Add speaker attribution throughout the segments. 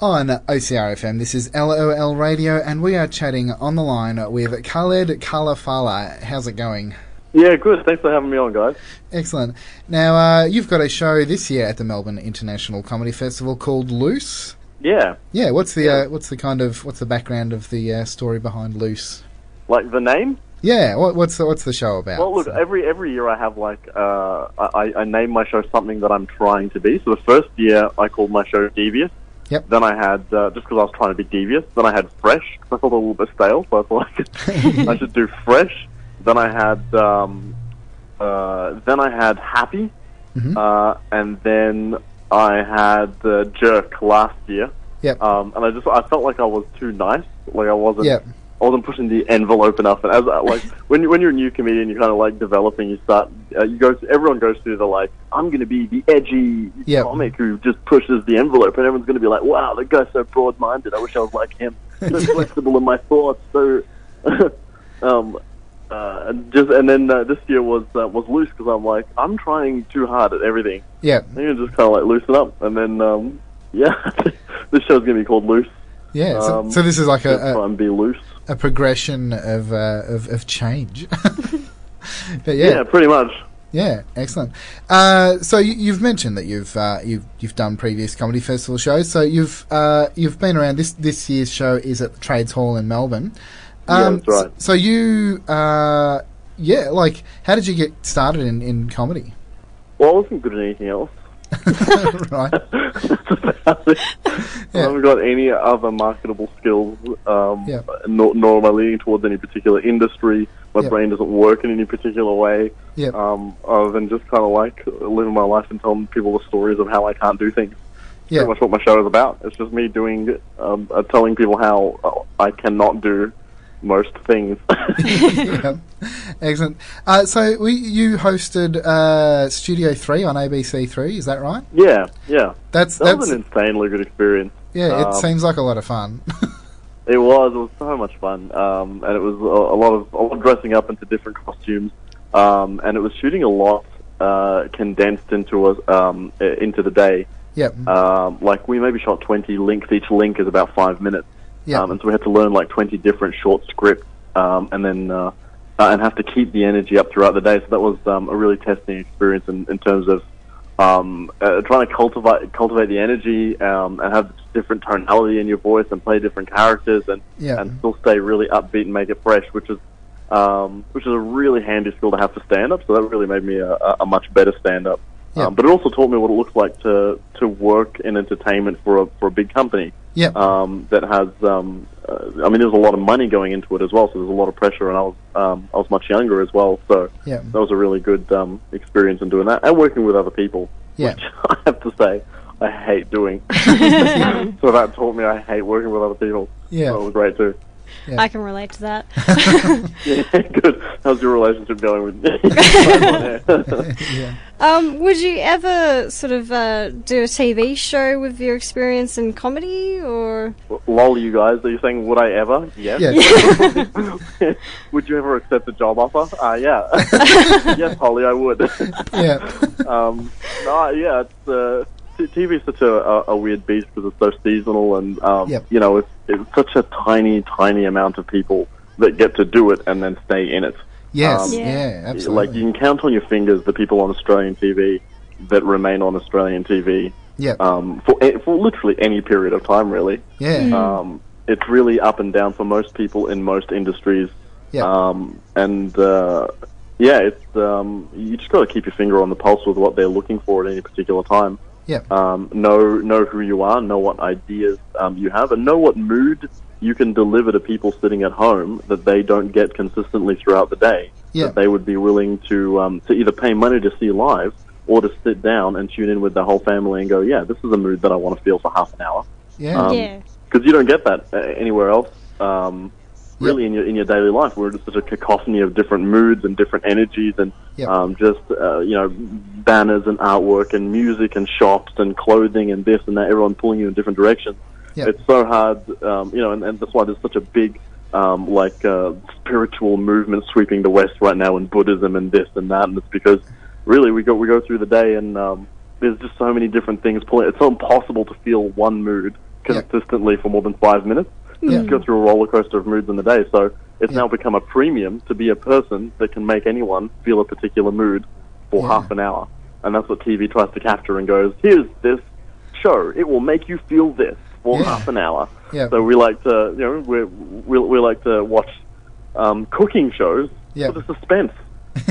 Speaker 1: on OCRFM. This is LOL Radio, and we are chatting on the line with Khaled Kalafala. How's it going?
Speaker 2: Yeah, good. Thanks for having me on, guys.
Speaker 1: Excellent. Now, uh, you've got a show this year at the Melbourne International Comedy Festival called Loose.
Speaker 2: Yeah,
Speaker 1: Yeah, what's the
Speaker 2: Yeah.
Speaker 1: Uh, what's the kind of what's the background of the uh, story behind Loose?
Speaker 2: like the name.
Speaker 1: Yeah, what, what's the, what's the show about?
Speaker 2: Well, look,
Speaker 1: So-
Speaker 2: every every year I have like uh, I, I name my show something that I'm trying to be. So the first year I called my show Devious.
Speaker 1: Yep.
Speaker 2: Then I had uh, just because I was trying to be devious. Then I had Fresh. 'cause I felt a little bit stale, so I thought I, could, I should do Fresh. Then I had um, uh, then I had Happy,
Speaker 1: Mhm.
Speaker 2: uh, and then I had uh, Jerk last year.
Speaker 1: Yep.
Speaker 2: Um, and I just I felt like I was too nice. Like I wasn't.
Speaker 1: Yep.
Speaker 2: I wasn't pushing the envelope enough. And as I- like when you- when you're a new comedian, you're kind of like developing. You start uh, you go everyone goes through the like I'm going to be the edgy
Speaker 1: Yep.
Speaker 2: comic who just pushes the envelope, and everyone's going to be like, wow, that guy's so broad minded. I wish I was like him. So flexible in my thoughts. So. um, uh, and just and then uh, this year was uh, was loose because I'm like I'm trying too hard at everything.
Speaker 1: Yep.
Speaker 2: I think I just kind of like loosen up, and then um, yeah, this show's gonna be called Loose.
Speaker 1: Yeah. So,
Speaker 2: Um,
Speaker 1: so this is like
Speaker 2: Just
Speaker 1: a, a,
Speaker 2: try and be loose.
Speaker 1: a progression of uh, of, of change. but
Speaker 2: Yeah.
Speaker 1: yeah, yeah,
Speaker 2: pretty much.
Speaker 1: excellent. Uh, so you, you've mentioned that you've uh, you've you've done previous comedy festival shows. So you've uh, you've been around. This this year's show is at the Trades Hall in Melbourne.
Speaker 2: Yeah, that's right.
Speaker 1: s- So you, uh, yeah, like, how did you get started in, in comedy?
Speaker 2: Well, I wasn't good at anything else.
Speaker 1: right.
Speaker 2: I haven't got any other marketable skills, um,
Speaker 1: Yeah.
Speaker 2: nor, nor am I leaning towards any particular industry. My
Speaker 1: Yeah.
Speaker 2: brain doesn't work in any particular way,
Speaker 1: Yeah.
Speaker 2: um, other than just kind of like living my life and telling people the stories of how I can't do things.
Speaker 1: yeah.
Speaker 2: Pretty much what my show is about. It's just me doing, um, uh, telling people how uh, I cannot do most things.
Speaker 1: yeah. Excellent. Uh, so we, you hosted uh, Studio Three on ABC Three. Is that right?
Speaker 2: yeah, yeah.
Speaker 1: That's
Speaker 2: That
Speaker 1: that's
Speaker 2: was an insanely good experience.
Speaker 1: yeah. It
Speaker 2: um,
Speaker 1: seems like a lot of fun.
Speaker 2: It was. It was so much fun, um, and it was a, a lot of a lot of dressing up into different costumes, um, and it was shooting a lot uh, condensed into a, um, uh, into the day.
Speaker 1: yep.
Speaker 2: Um, like we maybe shot twenty links. Each link is about five minutes,
Speaker 1: Yeah.
Speaker 2: um, and so we had to learn like twenty different short scripts, um, and then uh, uh, and have to keep the energy up throughout the day. So that was um, a really testing experience in, in terms of um, uh, trying to cultivate cultivate the energy um, and have different tonality in your voice and play different characters and
Speaker 1: Yeah.
Speaker 2: and still stay really upbeat and make it fresh, which is um, which is a really handy skill to have for stand up. So that really made me a, a a much better stand up.
Speaker 1: Yeah.
Speaker 2: Um, but it also taught me what it looks like to to work in entertainment for a for a big company
Speaker 1: Yep.
Speaker 2: um, that has. Um, uh, I mean, there's a lot of money going into it as well, so there's a lot of pressure, and I was um, I was much younger as well, so
Speaker 1: Yep.
Speaker 2: that was a really good um, experience in doing that and working with other people.
Speaker 1: Yeah.
Speaker 2: which I have to say I hate doing. so that taught me I hate working with other people.
Speaker 1: Yeah.
Speaker 2: that was great too.
Speaker 1: Yeah.
Speaker 3: I can relate to that.
Speaker 2: Yeah, good. How's your relationship going with?
Speaker 1: yeah.
Speaker 3: um, would you ever sort of uh, do a TV show with your experience in comedy, or
Speaker 2: Lol, you guys. Are you saying would I ever? Yes.
Speaker 1: Yeah.
Speaker 2: would you ever accept a job offer? Uh, yeah. yes, Holly, I would.
Speaker 1: Yeah.
Speaker 2: um, no, yeah, it's, uh, t- TV is such a, a, a weird beast because it's so seasonal, and um,
Speaker 1: Yep.
Speaker 2: you know, it's, it's such a tiny, tiny amount of people that get to do it and then stay in it.
Speaker 1: yes.
Speaker 2: Um,
Speaker 1: yeah.
Speaker 2: Like
Speaker 1: Absolutely.
Speaker 2: you Mm. can count on your fingers the people on Australian TV that remain on Australian TV
Speaker 1: yep.
Speaker 2: um, for for literally any period of time, really.
Speaker 1: yeah.
Speaker 2: Um, it's really up and down for most people in most industries.
Speaker 1: Yeah.
Speaker 2: Um, and uh, yeah, it's um, you just got to keep your finger on the pulse with what they're looking for at any particular time.
Speaker 1: Yep.
Speaker 2: Um, know know who you are, know what ideas um, you have, and know what mood you can deliver to people sitting at home that they don't get consistently throughout the day.
Speaker 1: Yeah.
Speaker 2: That they would be willing to um, to either pay money to see live or to sit down and tune in with their whole family and go, yeah, this is a mood that I want to feel for half an hour
Speaker 1: Yeah.
Speaker 2: um,
Speaker 3: yeah,
Speaker 2: because you don't get that uh, anywhere else. Um, really, in your in your daily life, we're just such a cacophony of different moods and different energies, and
Speaker 1: Yep.
Speaker 2: um, just uh, you know banners and artwork and music and shops and clothing and this and that. Everyone pulling you in different directions.
Speaker 1: Yep.
Speaker 2: It's so hard, um, you know, and, and that's why there's such a big um, like uh, spiritual movement sweeping the West right now in Buddhism and this and that, and it's because really we go we go through the day and um, there's just so many different things pulling. It's so impossible to feel one mood
Speaker 1: Yep.
Speaker 2: consistently for more than five minutes.
Speaker 1: Yeah.
Speaker 2: Just go through a roller coaster of moods in the day. So it's
Speaker 1: Yeah.
Speaker 2: now become a premium to be a person that can make anyone feel a particular mood for
Speaker 1: Yeah.
Speaker 2: half an hour. And that's what TV tries to capture and goes, here's this show. It will make you feel this for
Speaker 1: Yeah.
Speaker 2: half an hour.
Speaker 1: Yeah.
Speaker 2: So we like to, you know, we we we like to watch um, cooking shows
Speaker 1: Yeah.
Speaker 2: for the suspense.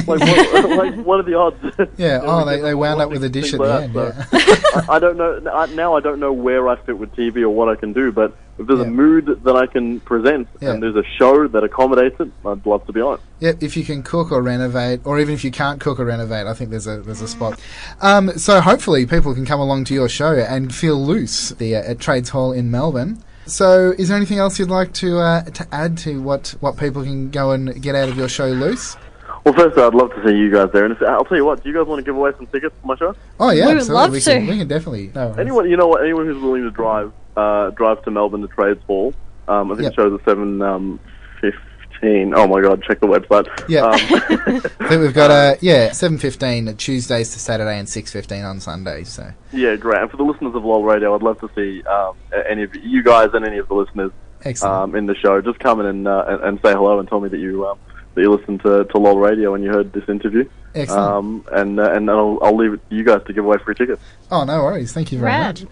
Speaker 2: Like what, like what are the odds?
Speaker 1: Yeah,
Speaker 2: You know,
Speaker 1: oh,
Speaker 2: we
Speaker 1: they,
Speaker 2: get
Speaker 1: they wound up
Speaker 2: watching
Speaker 1: with a dish at
Speaker 2: things
Speaker 1: the
Speaker 2: like
Speaker 1: end.
Speaker 2: that,
Speaker 1: Yeah.
Speaker 2: so- I, I don't know I, now. I don't know where I fit with TV or what I can do, but if there's
Speaker 1: Yeah.
Speaker 2: a mood that I can present
Speaker 1: Yeah.
Speaker 2: and there's a show that accommodates it, I'd love to be on it.
Speaker 1: Yep, if you can cook or renovate, or even if you can't cook or renovate, I think there's a there's a spot. Um, so hopefully people can come along to your show and feel loose the, uh, at Trades Hall in Melbourne. So is there anything else you'd like to uh, to add to what, what people can go and get out of your show loose?
Speaker 2: Well, first I'd love to see you guys there, and if, I'll tell you what. Do you guys want to give away some tickets for my show?
Speaker 1: Oh yeah,
Speaker 3: We would
Speaker 1: absolutely.
Speaker 3: love
Speaker 1: we, can,
Speaker 3: to.
Speaker 1: we can definitely. No, worries.
Speaker 2: Anyone, you know what? Anyone who's willing to drive, uh, drive to Melbourne to Trades Hall. Um, I think
Speaker 1: Yep.
Speaker 2: it shows at seven um, fifteen. Oh my God! Check the website.
Speaker 1: Yeah.
Speaker 2: Um,
Speaker 1: I think we've got a yeah seven fifteen Tuesdays to Saturday and six fifteen on Sundays. So
Speaker 2: yeah, great. And for the listeners of LOL Radio, I'd love to see um, a- any of you guys and any of the listeners
Speaker 1: excellent.
Speaker 2: um, in the show. Just come in and, uh, and, and say hello and tell me that you um, that you listened to, to LOL Radio and you heard this interview.
Speaker 1: Excellent.
Speaker 2: Um, and uh, and I'll, I'll leave it to you guys to give away free tickets.
Speaker 1: Oh, no worries. Thank you very
Speaker 3: Rad.
Speaker 1: much.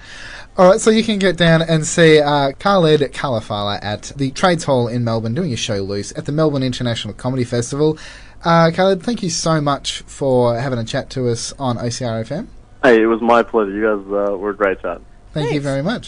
Speaker 1: All right, so you can get down and see uh, Khaled Kalafala at the Trades Hall in Melbourne doing a show loose at the Melbourne International Comedy Festival. Uh, Khaled, thank you so much for having a chat to us on OCRFM.
Speaker 2: Hey, it was my pleasure. You guys uh, were a great chat.
Speaker 1: Thank you
Speaker 3: Thanks.
Speaker 1: very much.